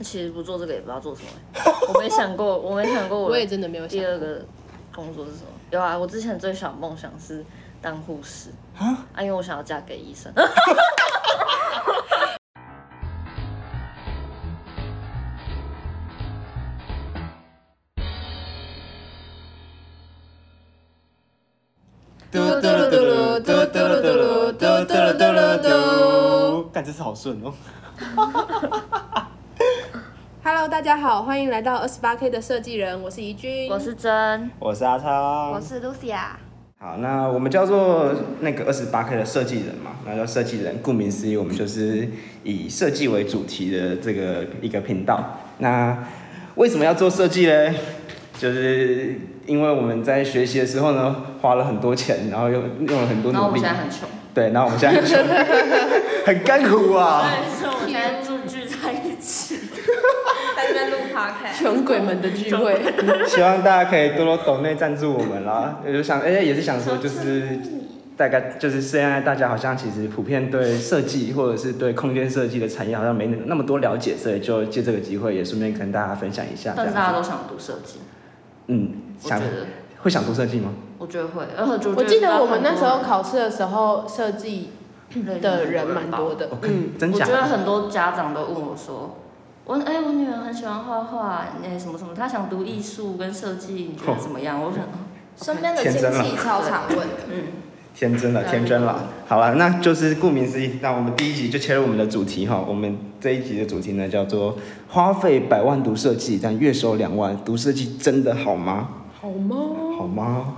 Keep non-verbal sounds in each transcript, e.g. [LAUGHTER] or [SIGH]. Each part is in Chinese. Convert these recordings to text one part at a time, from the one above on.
其实不做这个也不知道做什么欸、我没想过，我没想过我我也的真的没有想第过二个工作是什么。有啊，我之前最小梦想是当护士啊，因为我想要嫁给医生。嘟嘟噜嘟噜嘟嘟噜嘟噜嘟嘟噜嘟噜嘟，干这次好顺哦。 Hello，大家好，欢迎来到二十八 K 的设计人，我是怡君， [LAUGHS] 我是真，我是阿超，我是 Lucia，好，那我们叫做那个二十八 K 的设计人嘛，那叫设计人，顾名思义，我们就是以设计为主题的这个一个频道。那为什么要做设计呢？就是因为我们在学习的时候呢，花了很多钱，然后又用了很多然后我们努力现，在很穷，对，然后我们现在很穷 [LAUGHS] 很干苦啊。是我们现在住聚在 [LAUGHS] 一起，在这边录 podcast，穷鬼们的聚会，希望大家可以多多抖内赞助我们 [LAUGHS] 啦。也就想，哎、也是想说，就是大概就是现在大家好像其实普遍对设计或者是对空间设计的产业好像没那么多了解，所以就借这个机会也顺便跟大家分享一下。这但是大家样都子，想读设计，嗯，我觉想得，会想读设计吗？我觉得会，而且 [LAUGHS] 我记得我们那时候考试的时候，设计的人蛮多的我，看嗯，真我假觉得很多家长都问我说，我哎、我女儿很喜欢画画，哎、什么什么，她想读艺术跟设计，你哦觉得怎么样？我想，嗯身边的亲天真戚了超常问的，嗯，天真了，天真了。好了，那就是顾名思义，那我们第一集就切入我们的主题哈。我们这一集的主题呢叫做“花费百万读设计，但月收两万，读设计真的好吗？”好吗？好吗？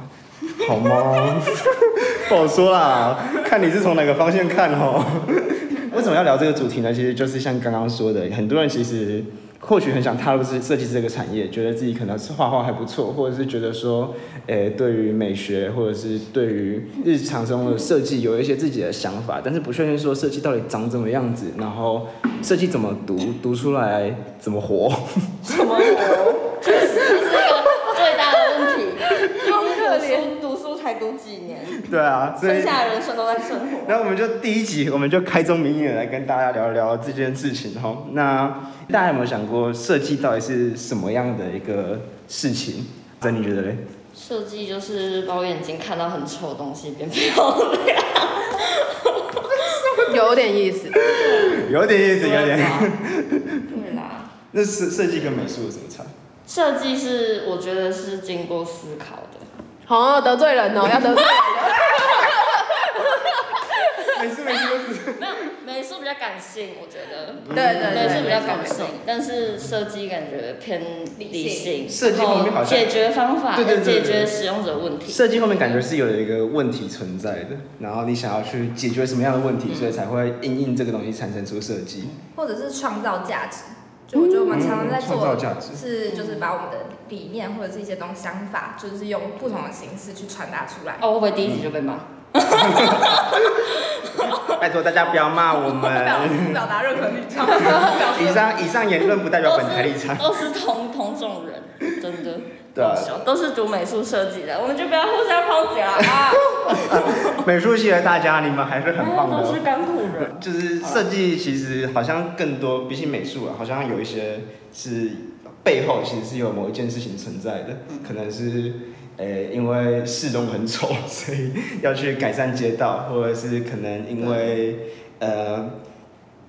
好吗？ [LAUGHS] 不好说啦，看你是从哪个方向看哦。 [LAUGHS] 为什么要聊这个主题呢？其实就是像刚刚说的，很多人其实或许很想踏入这设计这个产业，觉得自己可能是画画还不错，或者是觉得说，诶、对于美学或者是对于日常中的设计有一些自己的想法，但是不确定说设计到底长怎么样子，然后设计怎么读，读出来怎么活。 [LAUGHS] 什么我，这是一个最大的问 [LAUGHS] 题。好可怜，读书才读几年，对啊，所以剩下的人生都在生活。那我们就第一集，我们就开宗明义地来跟大家聊一聊这件事情哈。那大家有没有想过，设计到底是什么样的一个事情？真你觉得嘞？设计就是把我眼睛看到很丑的东西变漂亮，有点意思，有点意思，有点。对啦。那设设计跟美术有什么差？设计是我觉得是经过思考的，好得罪人哦，要得罪人，美术美术都是。没有美术比较感性，我觉得。 [LAUGHS] 对对美对，术比较感没性错，但是设计感觉偏理性，设计方面好像解决方法，对对对解对决使用者问题。设计后面感觉是有一个问题存在的，然后你想要去解决什么样的问题，所以才会因应这个东西产生出设计。 [LAUGHS] 或者是创造价值。就我觉得我们常常在嗯创造做价值是就是把我们的理念或者是一些东西想法，就是用不同的形式去传达出来。哦，会不会第一集就被骂？拜托大家不要骂我不 [LAUGHS] 表们。不表达任何立场，不表以上以上言论不代表都本台立是 [LAUGHS] 场。都是同同种人，真的。对啊好笑都是读美术设计的，我们就不要互相抛弃了 [LAUGHS] 啊！美术系的大家，你们还是很棒的。哦都是甘苦人。就是设计，其实好像更多，比起美术啊，好像有一些是背后其实是有某一件事情存在的，可能是呃、因为市容很丑，所以要去改善街道，或者是可能因为呃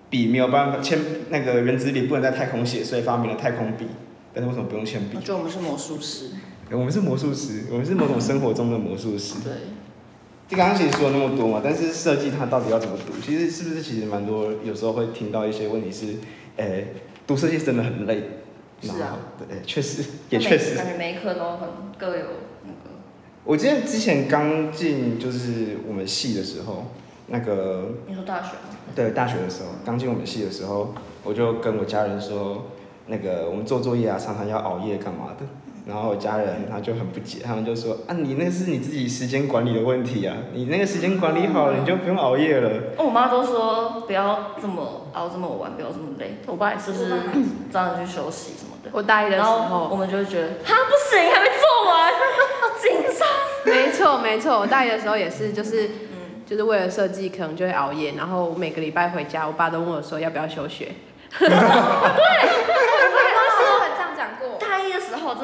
笔没有办法铅那个原子笔不能在太空写，所以发明了太空笔。但是为什么不用铅笔我？觉得我们是魔术师，我们是魔术师，我们是某种生活中的魔术师。对，就刚刚其实说了那么多嘛，但是设计它到底要怎么读？其实是不是其实蛮多，有时候会听到一些问题是，诶、读设计真的很累。是啊然后，对，确实 [LAUGHS] 也确实感。觉每一科都很各有那个。我记得之前刚进就是我们系的时候，那个你说大学吗？对大学的时候，刚进我们系的时候，我就跟我家人说，那个我们做作业啊，常常要熬夜干嘛的。然后我家人他就很不解，他们就说啊，你那是你自己时间管理的问题啊，你那个时间管理好了，你就不用熬夜了。哦我妈都说不要这么熬这么晚，不要这么累，我爸也，就是是早点去休息什么的。我大一的时然后我候，们就会觉得，哈，不行，还没做完， [LAUGHS] 紧张。没错没错，我大一的时候也是，就是嗯，就是为了设计，可能就会熬夜，然后每个礼拜回家，我爸都问我说要不要休学。升大一的时候，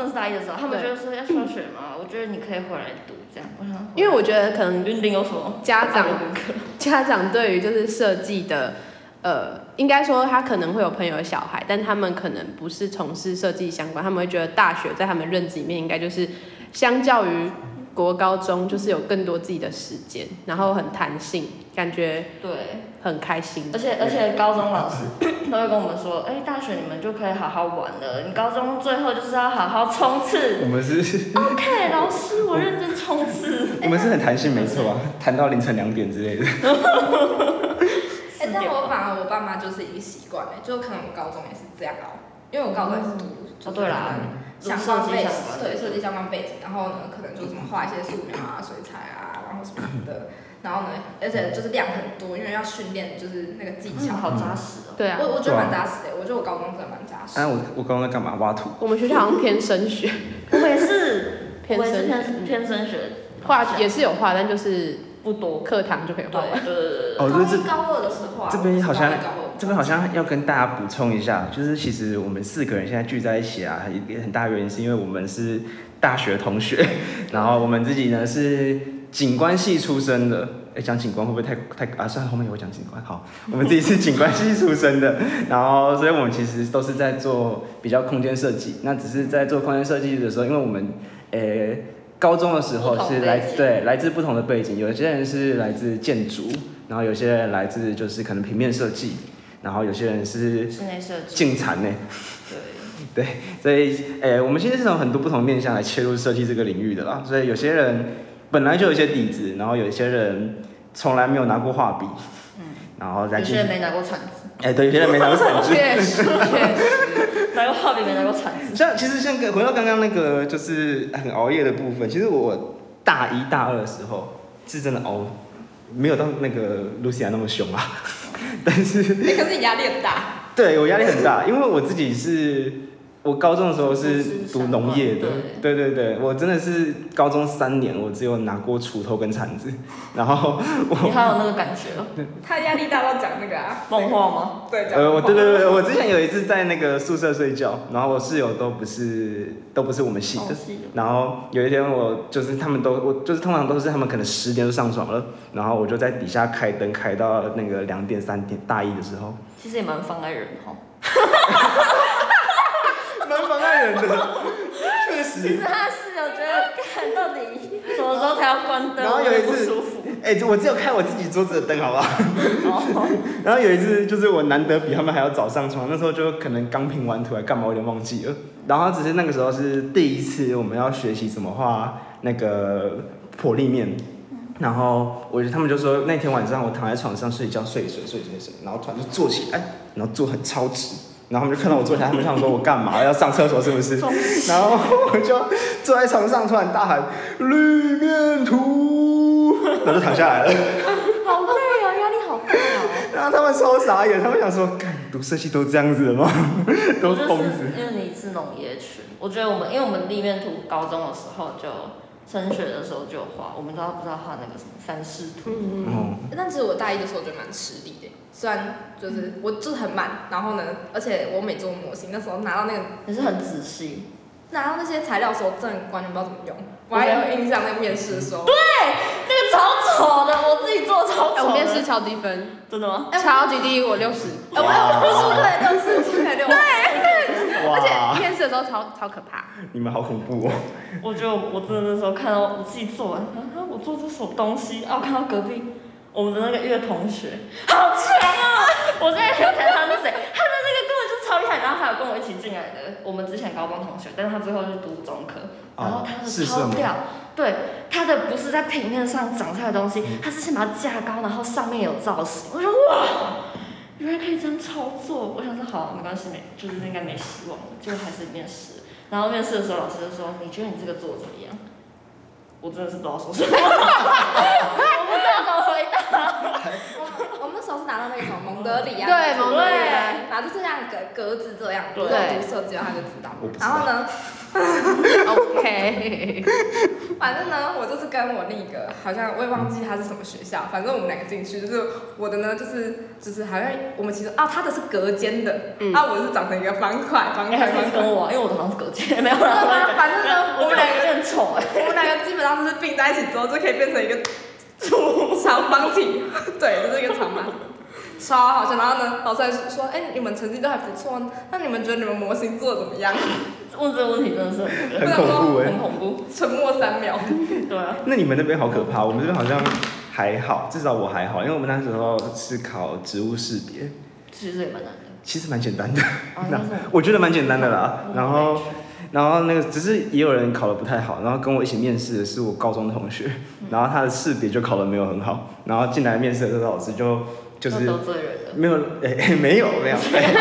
他们就说要休学嘛，我觉得你可以回来读这样。我想，因为我觉得可能云林有什么家长 [LAUGHS] 补课？家长对于就是设计的，呃，应该说他可能会有朋友的小孩，但他们可能不是从事设计相关，他们会觉得大学在他们认知里面应该就是相较于国高中就是有更多自己的时间，然后很弹性，感觉哎对，很开心而。且而且高中老师 [COUGHS] 都会跟我们说，哎、大学你们就可以好好玩了，你高中最后就是要好好冲刺。我们是， [LAUGHS] OK，老师，我认真冲 [LAUGHS] 刺。我们是很弹性，没错啊，弹到凌晨两点之类的。哎、但我反而我爸妈就是已经习惯了，就可能我高中也是这样熬，因为我高中也是读，就哦，是对啦，相设关计背相景，关对设计相关背景，然后呢，可能就什么画一些素描啊、水彩啊，然后什么的，然后呢，而且就是量很多，因为要训练就是那个技嗯巧。好扎实哦。对啊，我我觉得蛮扎实的，我觉得我高中真的蛮扎实。啊，我我刚刚在干嘛？挖土。我们学校好像偏升学，我也是，偏我也是升学偏偏升学，画也是有画，但就是不多。课堂就可以画对完。对对对哦，就是高一高二的时候啊，这边好像我高一高二这边好像要跟大家补充一下，就是其实我们四个人现在聚在一起啊，一个很大原因是因为我们是大学同学， [LAUGHS] 然后我们自己呢是景观系出身的。哎，讲景观会不会太太啊？算了，后面也会讲景观。好，我们自己是景观系出身的， [LAUGHS] 然后所以我们其实都是在做比较空间设计。那只是在做空间设计的时候，因为我们呃高中的时候不同是背来景对来自不同的背景，有些人是来自建筑，然后有些人来自就是可能平面设计，然后有些人是对，室内设计。进产呢，对。所以，诶、我们其实是从很多不同面向来切入设计这个领域的啦。所以有些人本来就有一些底子，然后有些人从来没有拿过画笔，嗯，然后再有进些人去，哎、没拿过铲子，对，有些人没拿过产 [LAUGHS] 具。 [LAUGHS] 确实，确实，拿过画笔没拿过 [LAUGHS] 铲子。像其实像跟回到刚刚那个就是很熬夜的部分，其实我大一大二的时候是真的熬，没有到那个 Lucia 那么凶啊，但是哎可是你压力很大，对我压力很大，因为我自己是，我高中的时候是读农业的，对对对，我真的是高中三年，我只有拿过锄头跟铲子，然 [LAUGHS] 后你还有那个感觉哦？他压力大到讲那个啊，梦话吗？对，讲呃，我梦话对对对，我之前有一次在那个宿舍睡觉，然后我室友都不是都不是我们系的哦，是然后有一天我就是他们都我就是通常都是他们可能十点就上床了，然后我就在底下开灯开到那个两点三点，大一的时候，其实也蛮妨碍人哦哈。 [LAUGHS] 蛮妨碍人的，[LAUGHS] 确其实实。他是有觉得，看到底什么时候才要关灯，然后有我也一次不舒服。哎、我只有开我自己桌子的灯，好不好？哦， [LAUGHS] 然后有一次就是我难得比他们还要早上床，那时候就可能刚拼完图还干嘛，我有点忘记了。然后只是那个时候是第一次我们要学习怎么画那个破立面，然后我就他们就说那天晚上我躺在床上睡觉睡一睡睡一睡睡一睡，然后突然就坐起来，然后坐很超直，然后他们就看到我坐起来，他们想说我干嘛要上厕所是不是？然后我就坐在床上突然大喊立面图， [LAUGHS] 然后就躺下来了。好累哦，压力好大哦。然后他们超傻眼，他们想说，干读设计都这样子的吗？ [LAUGHS] [LAUGHS] 都我是就疯是子。因为你是农业区，我觉得我们因为我们立面图高中的时候就升学的时候就有画，我们都不知道画那个什么三视图。嗯嗯，哦，但其实我大一的时候我觉得蛮吃力的，虽然就是我就是很慢，然后呢，而且我每做模型那时候拿到那个你是很仔细，拿到那些材料的时候，真的完全不知道怎么用。我还有印象那个面试的时候，对，那个超丑的，我自己做超哎我丑面试的。超低分，真的吗？超级低，我六十。我有五十五块六十五块六，而且哇，面试的时候超超可怕，你们好恐怖哦！我觉得我真的那时候看到我自己做完，啊，我做这什么东西啊？我看到隔壁我们的那个乐同学好强啊！ [LAUGHS] 我现在想起来他是谁，他的那个根本就超厉害。然后还有跟我一起进来的我们之前高中同学，但是他最后是读中科，然后他啊是的什超么？屌。对，他的不是在平面上长出来的东嗯西，他是先把它架高，然后上面有造型。我说哇，原来可以这样操作。我想说好，没关系，没就是应该没希望了，结果还是面试。然后面试的时候，老师就说：“你觉得你这个做得怎么样？” [LAUGHS] 我真的是不知道说什么，我不知道怎么回答。 [LAUGHS] 我们我们那时候是拿到那个什么蒙德里啊，对图蒙德里啊对反正是这样格格子这样，对如果读设计的话就知道我不。知道然后呢， OK，反正呢，我就是跟我另一个，好像我也忘记他是什么学校，反正我们两个进去，就是我的呢，就是就是好像我们其实啊，他的是隔间的，嗯啊，我是长成一个方块，应 [LAUGHS] 方该块，是方跟块。我啊，因为我的好像是隔间，没有真的啦。 [LAUGHS] 吗反正呢，我我们们两两个个，人很丑啊哎，我们两个基本上就是并在一起之后，就可以变成一个长方体， [LAUGHS] 对，就是一个长方体。超好笑，然后呢，老师还说，哎、你们成绩都还不错，那你们觉得你们模型做的怎么样？ [LAUGHS] [LAUGHS] 问这个问题真的是很很恐怖欸哎、很恐怖。沉默三秒。对啊，那你们那边好可怕，我们这边好像还好，至少我还好，因为我们那时候是考植物识别，其实也蛮难的。其实蛮简单的， [LAUGHS] 啊，那但是我觉得蛮简单的啦。嗯然后，然后那个只是也有人考的不太好，然后跟我一起面试的是我高中同学，然后他的识别就考的没有很好，然后进来面试的时候老师就 [LAUGHS] 就是得罪人了。没有，哎、哎没有， [LAUGHS] 没有、哎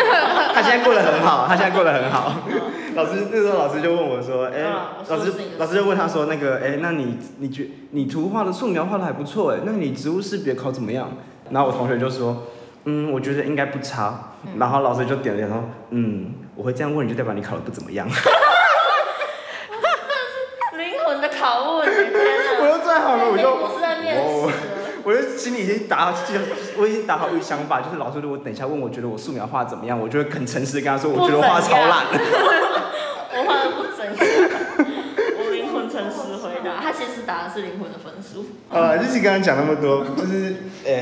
他现在过得很好，他现在过得很好。老师那时候老师就问我说，哎、啊嗯我说的老师是你的老师就问他说，那个，哎、那你你觉你图画的素描画的还不错，哎，那你植物识别考怎么样？然后我同学就说，嗯，我觉得应该不差。嗯然后老师就点了点头，嗯，我会这样问你就代表你考的不怎 [LAUGHS] 么样。灵魂的拷问，天我哪！又最好 [LAUGHS] 了，我就不是在面我试了。我就心里已经打，我已经打好预想法，就是老师如果等一下问我觉得我素描画得怎么样，我就会很诚实的跟他说，我觉得我画得超烂。 [LAUGHS] 我画的不怎样，我灵魂诚实回答，他其实打的是灵魂的分数。呃，就是刚刚讲那么多，就是呃，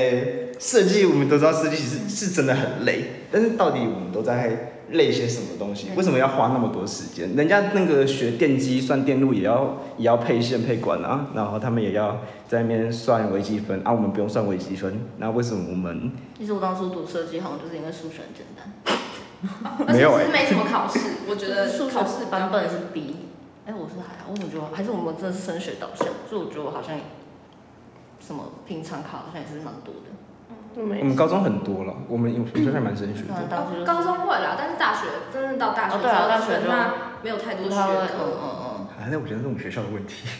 设计我们都知道设计是是真的很累，但是到底我们都在累些什么东西？为什么要花那么多时间？人家那个学电机算电路也要也要配线配管啊，然后他们也要在那边算微积分啊，我们不用算微积分，那为什么我们其实我当初读设计，好像就是因为数学很简单，而没且有其哎实没什么考试，我觉得数学考试比较版本是 B。哎，我是还好，我怎么觉得还是我们真的是升学导向，所以我觉得我好像什么平常考好像也是蛮多的。我们高中很多了，我们有我觉得还蛮升学当然的。当初哦就高中会啦，但是大学真的到大学哦之对啊后，大学就那没有太多不学太会，嗯科。嗯嗯。啊，那我觉得是我们学校的问题。 [LAUGHS]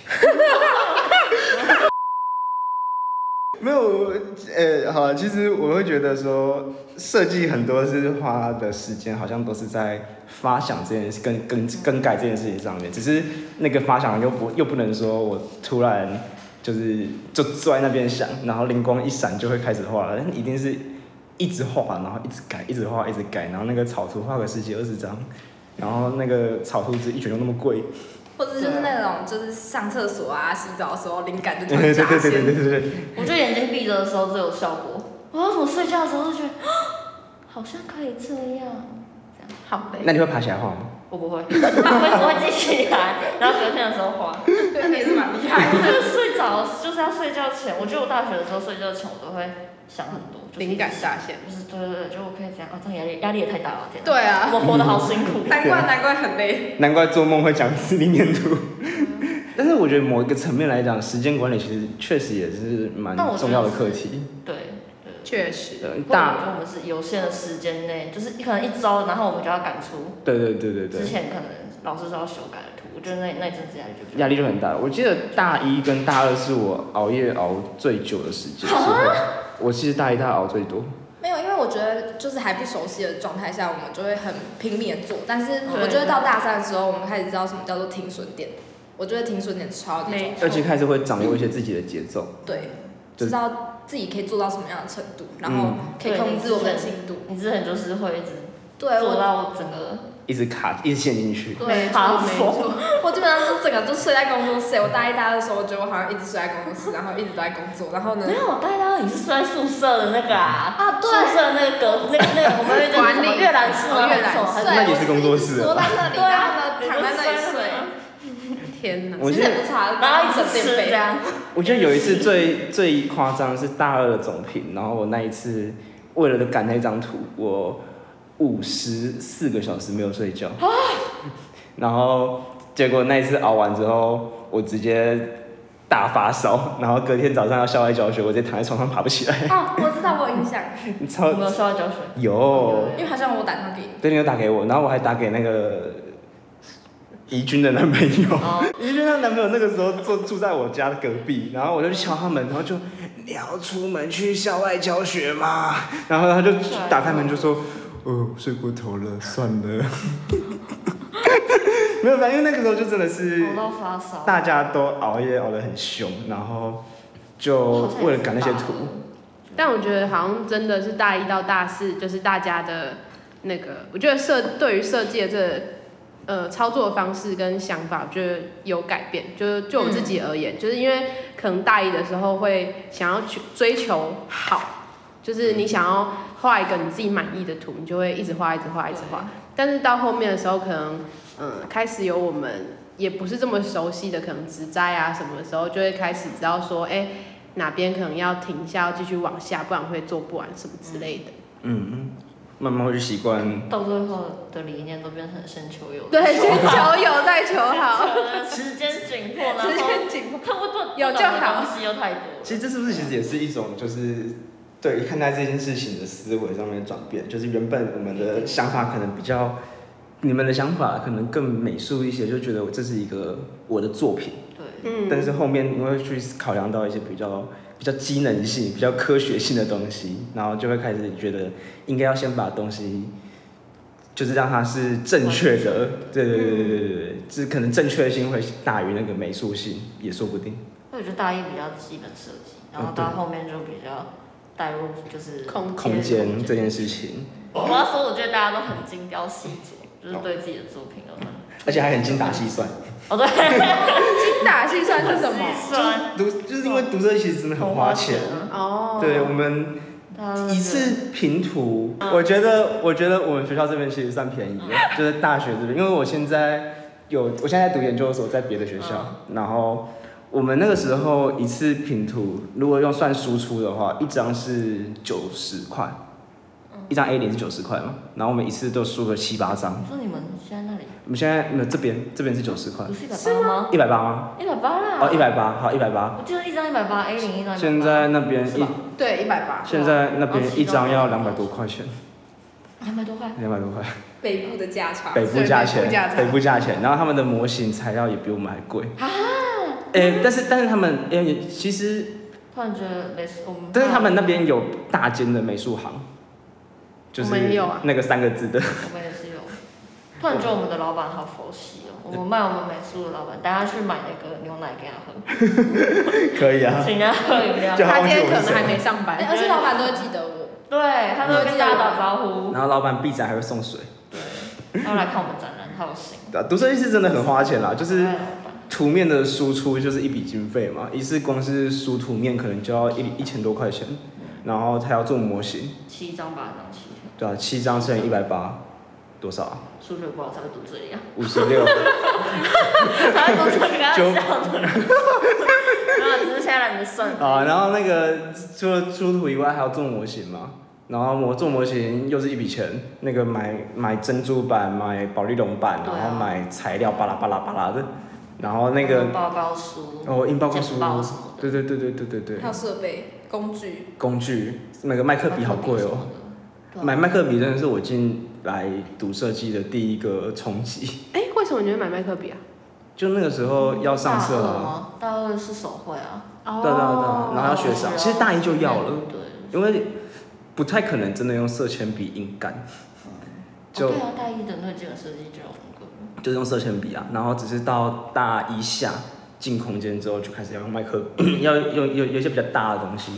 没有，呃，好了，其实我会觉得说，设计很多是花的时间，好像都是在发想这件事、更更更改这件事情上面。只是那个发想又不又不能说我突然就是就坐在那边想，然后灵光一闪就会开始画了，但一定是一直画，然后一直改，一直画，一直改，然后那个草图画个十几二十张，然后那个草图纸一卷又那么贵，或者就是那种，就是上厕所啊、洗澡的时候，灵感 [LAUGHS] 就对突对对然乍对对对现。对对。我觉得眼睛闭着的时候最有效果。我要我睡觉的时候就觉得，啊好像可以这样， [LAUGHS] 这样好累。那你会爬起来画吗？我不会，我会我会记起来，然后隔天的时候画。 [LAUGHS] 对，你也是蛮厉害我的。就是睡着就是要睡觉前，我觉得我大学的时候睡觉前我都会想很多，就是灵感乍现。就是对对对，就我可以这样啊，这样压力压力也太大了，天哪！对啊，我们活得好辛苦。难怪难怪很累。难怪做梦会讲四立面图。嗯但是我觉得某一个层面来讲，时间管理其实确实也是蛮但我觉得重要的课题。对对。确实，呃，大，我大觉得我们是有限的时间内，就是可能一周，然后我们就要赶出对对对对之对，前可能老师说要修改的图，我觉得那那一阵子压力就比较压力就很大。我记得大一跟大二是我熬夜熬最久的时间之后，我其实大一大二熬最多。没有，因为我觉得就是还不熟悉的状态下，我们就会很拼命的做。但是对我觉得到大三的时候，我们开始知道什么叫做停损点。我觉得停损点超级重没要，而且开始会掌握一些自己的节奏。对，就知道自己可以做到什么样的程度，然后可嗯以对控制我们的你之进度。你之前就是会一直对，做我到整个一直卡，一直陷进去。对，好没错，我基本上就整个就睡在工作室。我大一、大二的时候，我觉得我好像一直睡在工作室，然后一直都在工作。然后呢没，有，大家你是睡在宿舍的那个啊，啊宿对舍那个隔那个那个我们会叫管理哦什么阅览室吗？阅览还室是什么对，那也是工作室啊我就一直缩在那里，对然啊后呢，躺在那里睡，天哪！我其记实得也不差，然后一直整吃垫这背。样，我记得有一次最最夸张的是大二的总评，然后我那一次为了赶那张图，我五十四个小时没有睡觉，然后结果那一次熬完之后，我直接大发烧，然后隔天早上要校外教学，我直接躺在床上爬不起 [LAUGHS] 来，哦，我知道，我有印象，超有没有校外教学？有，因为好像我打电话给你，对，你有打给我，然后我还打给那个怡君的男朋友哦，怡君她男朋友那个时候住住在我家隔壁，然后我就去敲他门，然后就你要出门去校外教学吗？ [LAUGHS] 然后他就打开门就说，呃，睡过头了，算了。 [LAUGHS] 没有，反正那个时候就真的是熬到发烧。大家都熬夜熬得很凶，然后就为了赶那些图，但我觉得好像真的是大一到大四，就是大家的那个，我觉得设对于设计的这个呃操作方式跟想法，我觉得有改变。就是就我自己而言，就是因为可能大一的时候会想要去追求好，就是你想要画一个你自己满意的图，你就会一直画，一直画，一直画。但是到后面的时候，可能嗯、呃开始有我们也不是这么熟悉的，可能植栽啊什么的时候，就会开始知道说，哎、哪边可能要停下，要继续往下，不然会做不完什么之类的。嗯，慢慢会去习惯。到最后的理念都变成先求有， [LAUGHS] 对，先求有再求好，好， [LAUGHS] 时间紧迫，然后时 [LAUGHS] 间紧迫。他不做有就好东西又太多了。其实这是不是其实也是一种就是对于看待这件事情的思维上面的转变？就是原本我们的想法可能比较，你们的想法可能更美术一些，就觉得这是一个我的作品。对，嗯，但是后面因为去考量到一些比较比较机能性、比较科学性的东西，然后就会开始觉得应该要先把东西，就是让它是正确的，对对对对对对对，这可能正确性会大于那个美术性，也说不定。那我觉得大一比较基本设计，然后嗯对到后面就比较带入就是空空间这件事情，我要说，我觉得大家都很精雕细琢，就是对自己的作品都很。而且还很精打细算。哦， [LAUGHS] 对，精打细算是什么？细算读就是因为读这其实真的很花钱。啊，哦，对我们大家都一是次平图，我觉得，我觉得我们学校这边其实算便宜的，就是大学这边，因为我现在有，我现在在读研究所，在别的学校，然后我们那个时候一次平图，如果用算输出的话，一张是九十块，一张 A 零是九十块嘛，然后我们一次都输个七八张，你说你们现在那里我们现在没有这边这边是九十块，不是一百八吗？一百八吗？一百八啦。哦，一。百八，好，一百八。我记得一张一百八，A 零一张180。现在那边是一吧，对，一百八，现在那边一张要两百多块钱，两百多块，两百多块。北部的价差。北部价啊对北部价钱，钱北部价钱，然后他们的模型材料也比我们还贵。啊！哎、但是但是他们哎、其实突然觉得没事，我们。但是他们那边有大间的美术行，就是我们也有啊那个三个字的， [LAUGHS] 我们也是有。突然觉得我们的老板好佛系哦，我们卖我们美术的老板，带他去买那个牛奶给他 [LAUGHS] 喝，可以啊。请他喝饮料 [LAUGHS] 就。他今天可能还没上哎班，而且老板都会记得我。对，他都会跟大家打招呼，然后老板闭展还会送水。他会来看我们展览，他有心。啊读设计师真的很花钱啦，就哎是老板图面的输出就是一笔经费嘛，一次光是输图面可能就要一一千多块钱，然后还要做模型，七张八张七条，对吧、啊七张乘以一百八，多少啊？数学不好才会读 [LAUGHS] 这样，啊五十六。才会读这个 [LAUGHS] 要九笑的。没有，只是现在懒得算。啊，然后那个除了出图以外，还要做模型嘛。然后模做模型又是一笔钱，那个买买珍珠板、买保丽龙板，对啊然后买材料巴拉巴拉巴拉的，然后那个报告书，哦印报告书简报什么，的，对对对对对对对还，有设备、工具，工具那个麦克笔好贵哦，对啊买麦克笔真的是我进来读设计的第一个冲击，哎，为什么你会买麦克笔啊？就那个时候要上大色二啊，吗？大二是手绘啊，哦对对对，啊然后要学手啊上，其实大一就要了，对，因为不太可能真的用色铅笔硬干，就哦对啊，大一的那个基本设计就有那个，就是用色铅笔啊，然后只是到大一下进空间之后，就开始要用麦克， [COUGHS] 要用有有一些比较大的东西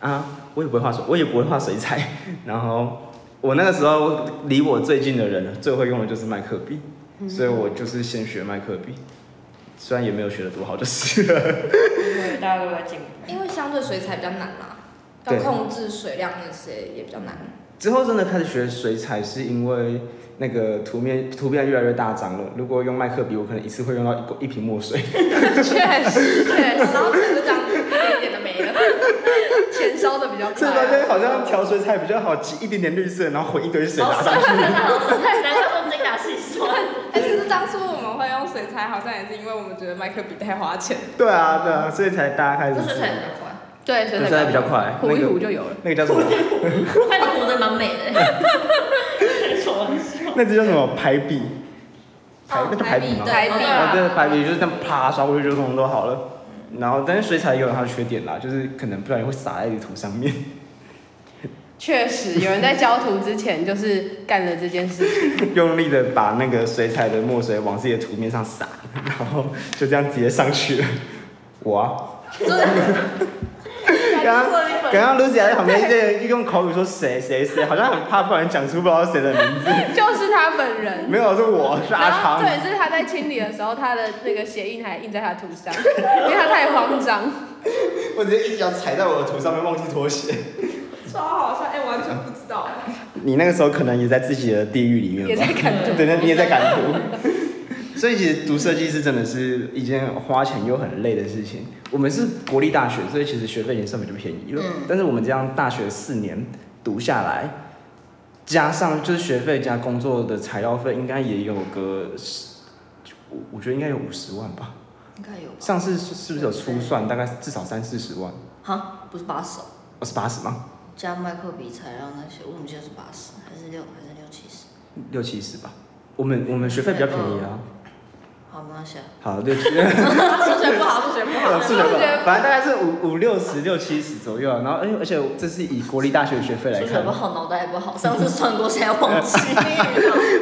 啊，我也不会画水，我也不会画水彩， [LAUGHS] 然后我那个时候离我最近的人最会用的就是麦克笔，所以我就是先学麦克笔，虽然也没有学得多好，就是了。对，大家都在进步。因为相对水彩比较难啦，要对控制水量那些也比较难。之后真的开始学水彩，是因为那个图面图片越来越大张了，如果用麦克笔，我可能一次会用到一一瓶墨水。确实 [LAUGHS] 确实，然后就是这样一点一点的没 [LAUGHS] 了。钱烧的比较所以快发啊。现好像调水彩比较好，挤一点点绿色，然后混一堆水好打上去。帅，难怪说精打细算。哎，其实当初我们会用水彩，好像也是因为我们觉得麦克笔太花钱。 [LAUGHS] 对啊，对啊，所以才大家开始这做。水彩比较快，对，水水彩比较快糊一那个糊就有了。那个叫什么？看你涂的蛮美的。开什么玩笑？那只叫什么排笔？哦排哦那个排比嘛，排对比哦对啊啊对，排比就是这样啪刷过去就通通都好了。然后，但是水彩也有它的缺点啦，就是可能不小心会洒在土上面。确实，有人在交图之前就是干了这件事情。用力的把那个水彩的墨水往自己的图面上撒，然后就这样直接上去了。[LAUGHS] 我啊，刚刚刚刚 Lucy 还在旁边一直用口语说谁谁谁，好像很怕不然讲出不知道谁的名字。 [LAUGHS] 就是他本人。没有，是我是阿然后长重。点是他在清理的时候，他的那个鞋印还印在他的图上， [LAUGHS] 因为他太慌张。我直接一脚踩在我的图上面，忘记脱鞋。超好笑，哎、我完全不知道。你那个时候可能也在自己的地狱里面吧，也在赶图对，那你也在赶图。 [LAUGHS] 所以其实读设计师真的是一件花钱又很累的事情。我们是国立大学，所以其实学费已经算比较便宜了。嗯但是我们这样大学四年读下来，加上就是学费加工作的材料费，应该也有个十，我我觉得应该有五十万吧。应该有吧？上次是是不是有粗嗯算，大概至少三四十万？哈，不是八十哦，哦，是八十吗？加麦克笔材料那些，我们记得是八十，还是六还是六七十？六七十吧。我们我们学费比较便宜嗯啊。好，没关系啊。好，六七。数学不好，数学不好。呃数学不好，反正大概是五五六十六七十左右啊。然后，而且而且这是以国立大学学费来数看学不，好，脑袋也不好，上次算过，现在忘记。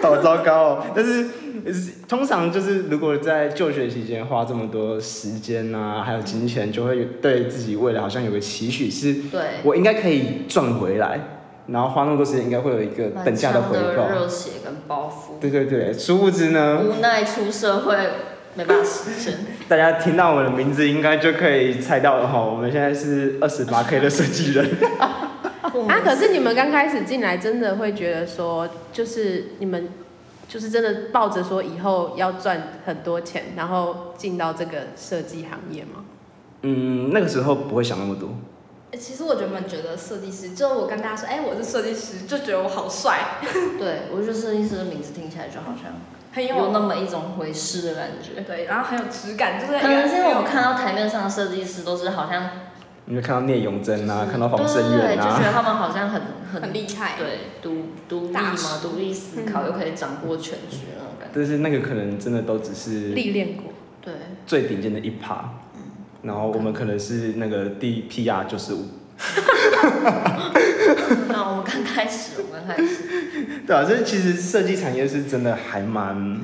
好糟糕哦。但是呃通常就是如果在就学期间花这么多时间啊，还有金钱，就会对自己未来好像有个期许，是对，我应该可以赚回来，然后花那么多时间应该会有一个等价的回满腔报。啊热血跟包袱，对对对，殊不知呢，无奈出社会没办法实现。大家听到我的名字应该就可以猜到了哈。我们现在是二十八 K 的设计人。啊，可是你们刚开始进来，真的会觉得说，就是你们就是真的抱着说以后要赚很多钱，然后进到这个设计行业吗？嗯，那个时候不会想那么多。呃哎其实我原本觉得设计师，就我跟大家说，哎、我是设计师，就觉得我好帅，对，我觉得设计师的名字听起来就好像很有有那么一种回师的感觉。对，然后很有质感，就是可能是因为我们看到台面上的设计师都是好像你就看到聂永贞啊，看到黄对胜对对，远就觉得啊，他们好像很很很厉害，对独独立大嘛，师独立思考又可以掌握全局那种感觉。但是那个可能真的都只是历练过，对，最顶尖的一趴，然后我们可能是那个第 PR 九十五， [LAUGHS] 那我们刚开始，我们刚开 [LAUGHS] 始，对啊，这其实设计产业是真的还蛮，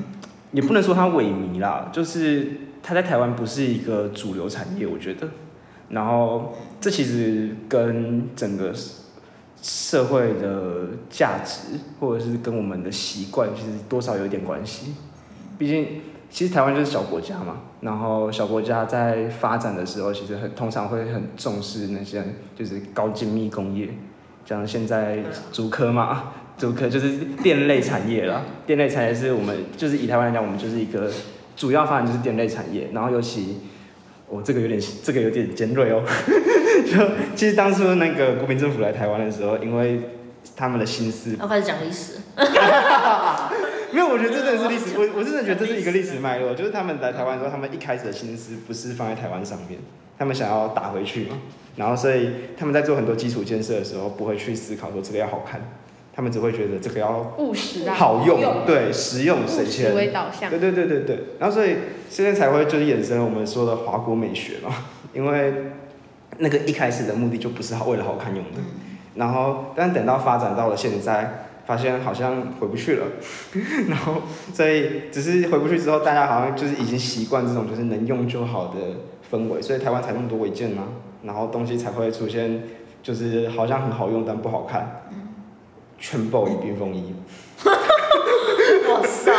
也不能说它萎靡啦，就是它在台湾不是一个主流产业，我觉得。然后这其实跟整个社会的价值，或者是跟我们的习惯，其实多少有一点关系。毕竟，其实台湾就是小国家嘛，然后小国家在发展的时候，其实很通常会很重视那些就是高精密工业，像现在竹科嘛，竹科就是电类产业啦。电类产业是我们就是以台湾来讲，我们就是一个主要发展就是电类产业，然后尤其。我、这个有点，这个有点尖锐哦。 [LAUGHS] 就其实当初那个国民政府来台湾的时候，因为他们的心思要开始讲历史，没有，我觉得这真的是历史，我我真的觉得这是一个历史脉络，就是他们来台湾的时候，他们一开始的心思不是放在台湾上面，他们想要打回去嘛，然后所以他们在做很多基础建设的时候，不会去思考说这个要好看，他们只会觉得这个要务实啊，好用好，用对，实用省务实钱，为导向对。对对对对，然后所以现在才会就是衍生我们说的华国美学嘛，因为那个一开始的目的就不是好为了好看用的，然后但等到发展到了现在，发现好像回不去了， [LAUGHS] 然后所以只是回不去之后，大家好像就是已经习惯这种就是能用就好的氛围，所以台湾才那么多违建嘛，啊然后东西才会出现就是好像很好用但不好看，全部与冰风衣，哇塞！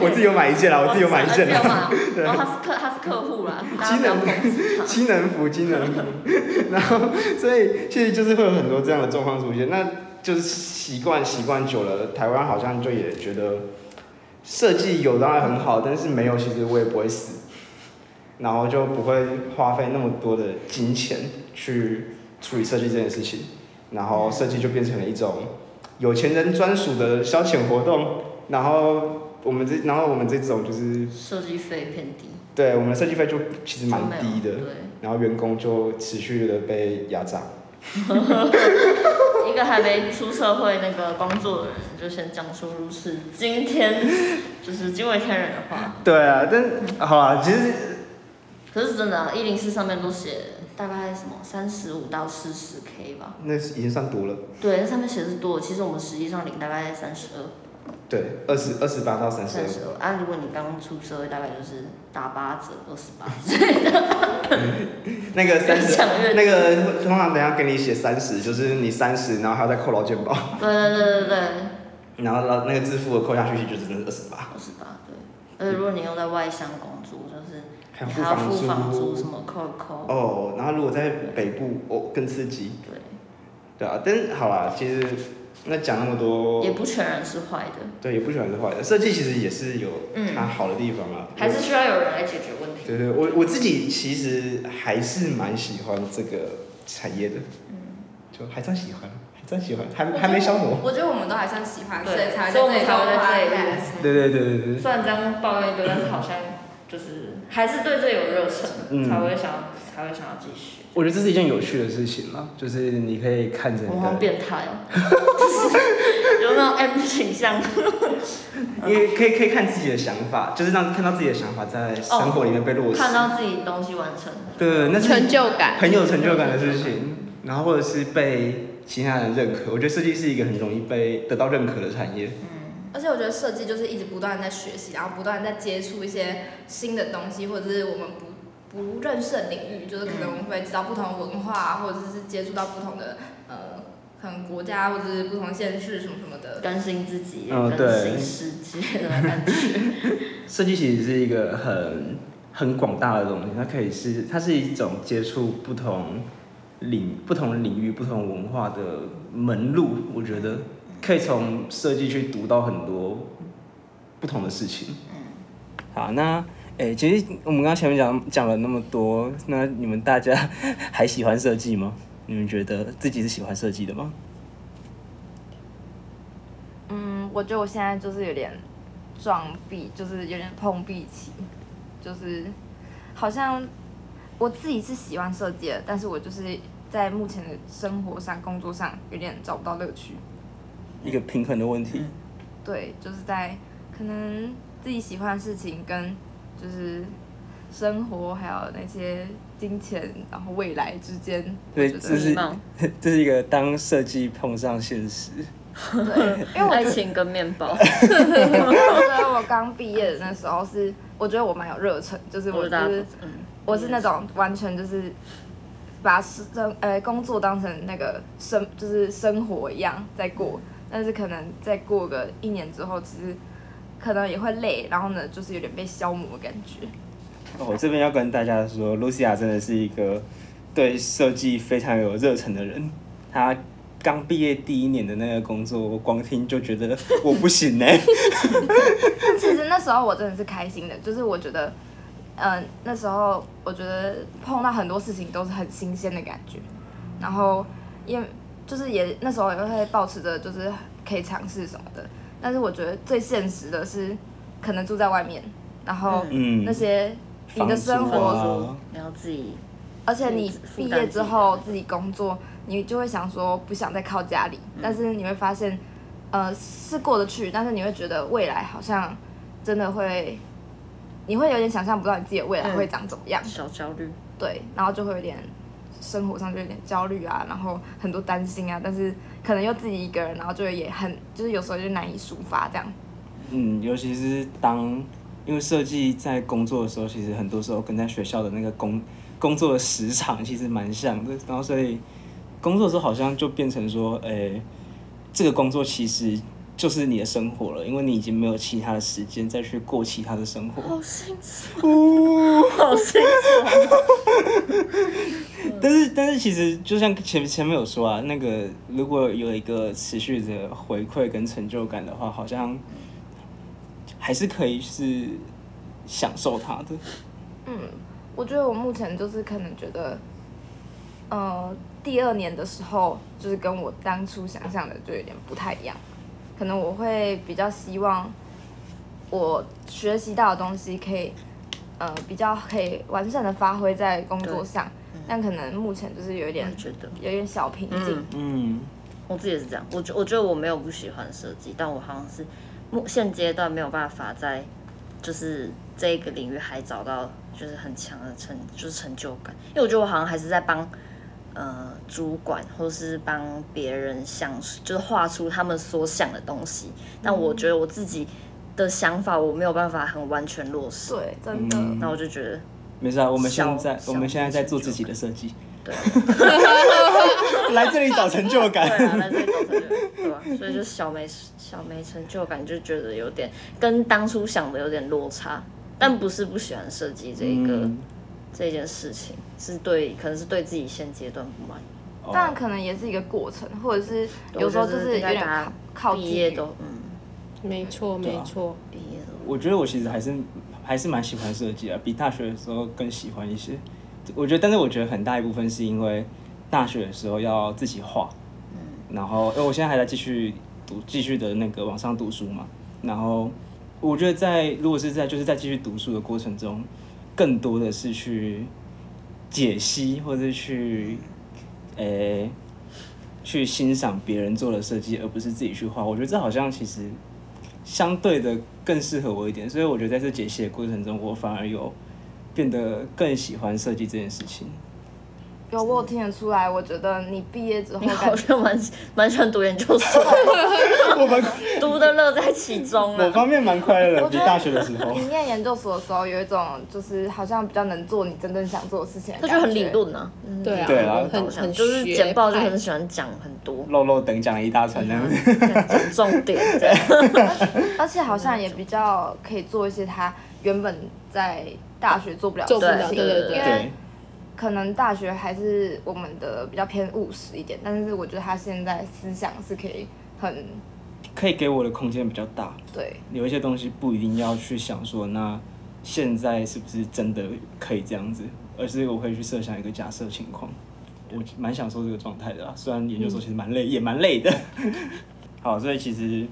我自己有买一件啦，我自己有买一啊件啦。哇塞 [LAUGHS] 自己有买然后他是客，他是客户啦，大家不要抨击他。机能服，机能服， [LAUGHS] 然后所以其实就是会有很多这样的状况出现，那就是习惯习惯久了，台湾好像就也觉得设计有当然很好，但是没有其实我也不会死，然后就不会花费那么多的金钱去处理设计这件事情，然后设计就变成了一种有钱人专属的消遣活动，然后我们这然后我们这种就是设计费偏低，对我们的设计费就其实蛮都没有低的。对，然后员工就持续的被压榨。 [LAUGHS] 一个个还没出社会那个工作的人，就先讲出如此惊天，就是惊为天人的 [LAUGHS] 话。对啊，但好啦，其实可是真的、啊，一零四上面都写大概什么三十五到四十 K 吧。那是已经算多了。对，那上面写的是多的，其实我们实际上领大概三十二，对，二十二十八到三十三二，十二。啊，如果你刚出社会，大概就是打八折，二十八之类的。那个 [LAUGHS] 三越十讲 [LAUGHS] 越，那个通常等一下给你写三十，就是你三十，然后还要再扣劳健保，对对对对对，啊然后老那个自付的扣下去就是真的二十八，二十八对。而且如果你又在外乡工作，就是还你要付还要付房房租什租。么扣一扣。哦，然后如果在北部，哦更刺激，对，对啊。但好啦，其实那讲那么多也，不全然是坏的，对，也不喜欢是坏的。设计其实也是有嗯它好的地方啊，还是需要有人来解决问题。对对，我我自己其实还是蛮喜欢这个产业的，就还算喜欢，还算喜欢，还还没消磨。嗯我觉得我们都还算喜欢，所以对，才所以我们才会在在这里。这里。对对对对对，虽然这样抱怨一堆，但是好像就是还是对这有热忱，嗯才会想要才会想要继续。我觉得这是一件有趣的事情啦，就是你可以看着我好像你的，变态哦，就是 [LAUGHS] 有那种 M 倾向。因为可以可以看自己的想法，就是让看到自己的想法在生活里面被落实。看哦到自己东西完成，对对对，那成是就感。很有成就感的事情，然后或者是被其他人认可。我觉得设计是一个很容易被得到认可的产业。而且我觉得设计就是一直不断地在学习，然后不断地在接触一些新的东西，或者是我们不不认识的领域，就是可能我们会知道不同的文化，啊或者是接触到不同的呃，可能国家或者是不同县市什么什么的。更新自己，嗯更新世界的感觉。设计其实是一个很很广大的东西，它可以是它是一种接触不同领不同领域、不同文化的门路。我觉得可以从设计去读到很多不同的事情。嗯好，那诶、其实我们刚刚前面讲讲了那么多，那你们大家还喜欢设计吗？你们觉得自己是喜欢设计的吗？嗯，我觉得我现在就是有点撞壁，就是有点碰壁期，就是好像我自己是喜欢设计的，但是我就是在目前的生活上、工作上有点找不到乐趣。一个平衡的问嗯题。对，就是在可能自己喜欢的事情跟就是生活还有那些金钱，然后未来之间，对我觉这得是迷 [LAUGHS] 茫这是一个当设计碰上现实，对，因为我爱觉得情跟面包， [LAUGHS] 我觉得我刚毕业的那时候是，我觉得我蛮有热忱，就是我我就大是嗯，我是那种完全就是把生呃工作当成那个生就是生活一样在过，但是可能再过个一年之后，其实可能也会累，然后呢就是有点被消磨的感觉。我这边要跟大家说，Lucia 真的是一个对设计非常有热忱的人。她刚毕业第一年的那个工作，我光听就觉得我不行欸呢、但其实那时候我真的是开心的，就是我觉得，嗯、那时候我觉得碰到很多事情都是很新鲜的感觉，然后也就是也那时候也会保持着就是可以尝试什么的，但是我觉得最现实的是可能住在外面，然后嗯， [LAUGHS] 那些你的生房租活啊你要自己而且你负毕担业自己之的后自己工作，你就会想说不想再靠家里，嗯但是你会发现，呃，是过得去，但是你会觉得未来好像真的会，你会有点想象不到你自己的未来嗯会长怎么样，小焦虑。对，然后就会有点生活上就有点焦虑啊，然后很多担心啊，但是可能又自己一个人，然后就也很就是有时候就难以抒发这样。嗯，尤其是当因为设计在工作的时候，其实很多时候跟在学校的那个工工作的时长其实蛮像的，然后所以工作的时候好像就变成说，诶、这个工作其实就是你的生活了，因为你已经没有其他的时间再去过其他的生活。好心酸，好心酸。但是，但是其实就像前前面有说啊，那个如果有一个持续的回馈跟成就感的话，好像还是可以是享受它的。我觉得我目前就是可能觉得，呃，第二年的时候，就是跟我当初想象的就有点不太一样。可能我会比较希望我学习到的东西可以，呃，比较可以完善的发挥嗯在工作上，但可能目前就是有一我点也觉得，有一点小瓶颈。嗯嗯，我自己也是这样，我觉我觉得我没有不喜欢设计，但我好像是目现阶段没有办法在就是这个领域还找到就是很强的成就是成就感，因为我觉得我好像还是在帮呃主管或是帮别人想就是画出他们所想的东西，但我觉得我自己的想法我没有办法很完全落实，对，真的。那我就觉得没事啊，我们现在小我们现在在做自己的设计，对。 [LAUGHS] 来这里找成就对啊，感。来这里找成就感，对吧、所以就小没小没成就感，就觉得有点跟当初想的有点落差，但不是不喜欢设计这一个、嗯这件事情，是对可能是对自己现阶段不满。哦但可能也是一个过程，或者是对有时候我就觉得是应有该点大家靠靠毕近业都嗯，没错，对啊没错。毕业都我觉得我其实还是还是蛮喜欢设计啊，比大学的时候更喜欢一些。我觉得，但是我觉得很大一部分是因为大学的时候要自己画，然后因为我现在还在继续读，继续的那个往上读书嘛，然后我觉得在如果是在就是在继续读书的过程中，更多的是去解析或者去，呃、去欣赏别人做的设计，而不是自己去画。我觉得这好像其实相对的更适合我一点，所以我觉得在这解析的过程中，我反而有变得更喜欢设计这件事情。有我有听得出来，我觉得你毕业之后你感好觉像蛮蛮喜欢读研究所，我们读的乐在其中某啊。方面蛮快乐的，我比觉得大学的时候你。念研究所的时候有一种就是好像比较能做你真正想做的事情的他感就觉，很理论啊，嗯对啊，对啊很好像很就是学简报就派很喜欢讲很多，漏漏等讲了一大串这样子。讲重点这样。而且好像也比较可以做一些他原本在大学做不了做不的了事，情，对对因对，为对，可能大学还是我们的比较偏务实一点，但是我觉得他现在思想是可以很可以给我的空间比较大，对，有一些东西不一定要去想说那现在是不是真的可以这样子，而是我会去设想一个假设情况。我蛮享受这个状态的啦，虽然研究所其实蛮累，也蛮累 [LAUGHS] 的。好，所以其实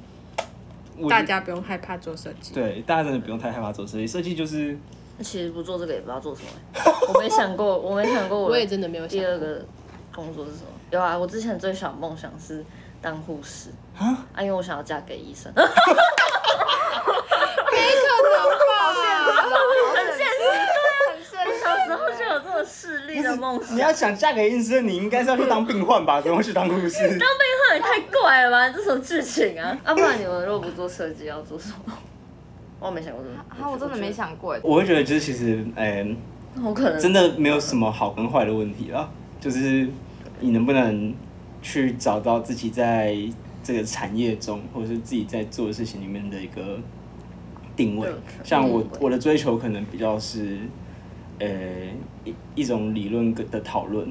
我大家不用害怕做设计。对大家真的不用太害怕做设计，设计就是其实不做这个也不知道做什么欸、我没想过，我没想过我我也的真的没有想第二个工作是什么。有啊，我之前最小梦想是当护士啊，因为我想要嫁给医生， [LAUGHS] 很现实。很现实小时候就有这种势力的梦想，你要想嫁给医生，你应该是要去当病患吧，怎么会去当护士？那也太怪了吧？这什么剧情啊？啊，不然你们如果不做设计，要做什么？我没想过这个。啊，我真的没想过耶，我会觉得就是其实，嗯、我可能真的没有什么好跟坏的问题啦，就是你能不能去找到自己在这个产业中，或者是自己在做的事情里面的一个定位对。像我定位我的追求可能比较是，呃，一一种理论跟的讨论，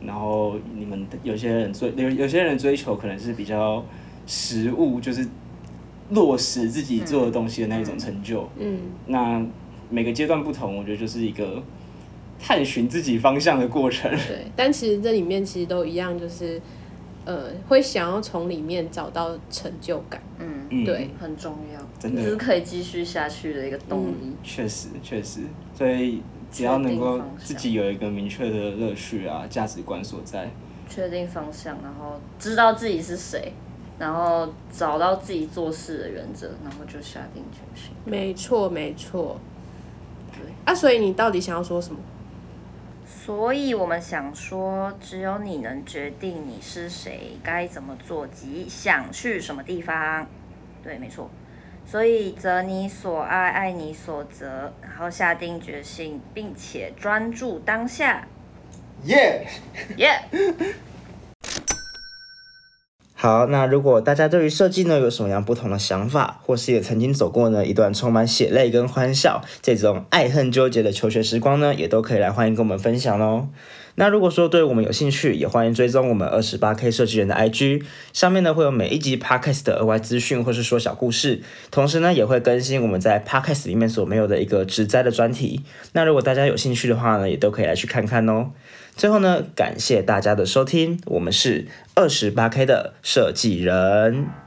然后你们的有些人追有有些人追求可能是比较实物，就是落实自嗯己做的东西的那一种成就。嗯，那每个阶段不同，我觉得就是一个探寻自己方向的过程。 [LAUGHS] 对，但其实这里面其实都一样，就是呃，会想要从里面找到成就感。嗯嗯，对，很重要，真的嗯就是可以继续下去的一个动力。确实确实，所以只要能够自己有一个明确的乐趣啊、价值观所在，确定方向，然后知道自己是谁，然后找到自己做事的原则，然后就下定决心。没错，没错。对啊，所以你到底想要说什么？所以我们想说，只有你能决定你是谁，该怎么做及想去什么地方。对，没错。所以择你所爱，爱你所择，然后下定决心，并且专注当下。耶、耶、好，那如果大家对于设计呢有什么样不同的想法，或是也曾经走过呢一段充满血泪跟欢笑这种爱恨纠结的求学时光呢，也都可以来欢迎跟我们分享喽。那如果说对我们有兴趣，也欢迎追踪我们二十八 K 设计人的 IG，上面呢会有每一集 Podcast 的额外资讯或是说小故事，同时呢也会更新我们在 Podcast 里面所没有的一个植栽的专题。那如果大家有兴趣的话呢，也都可以来去看看哦。最后呢，感谢大家的收听，我们是二十八 K 的设计人。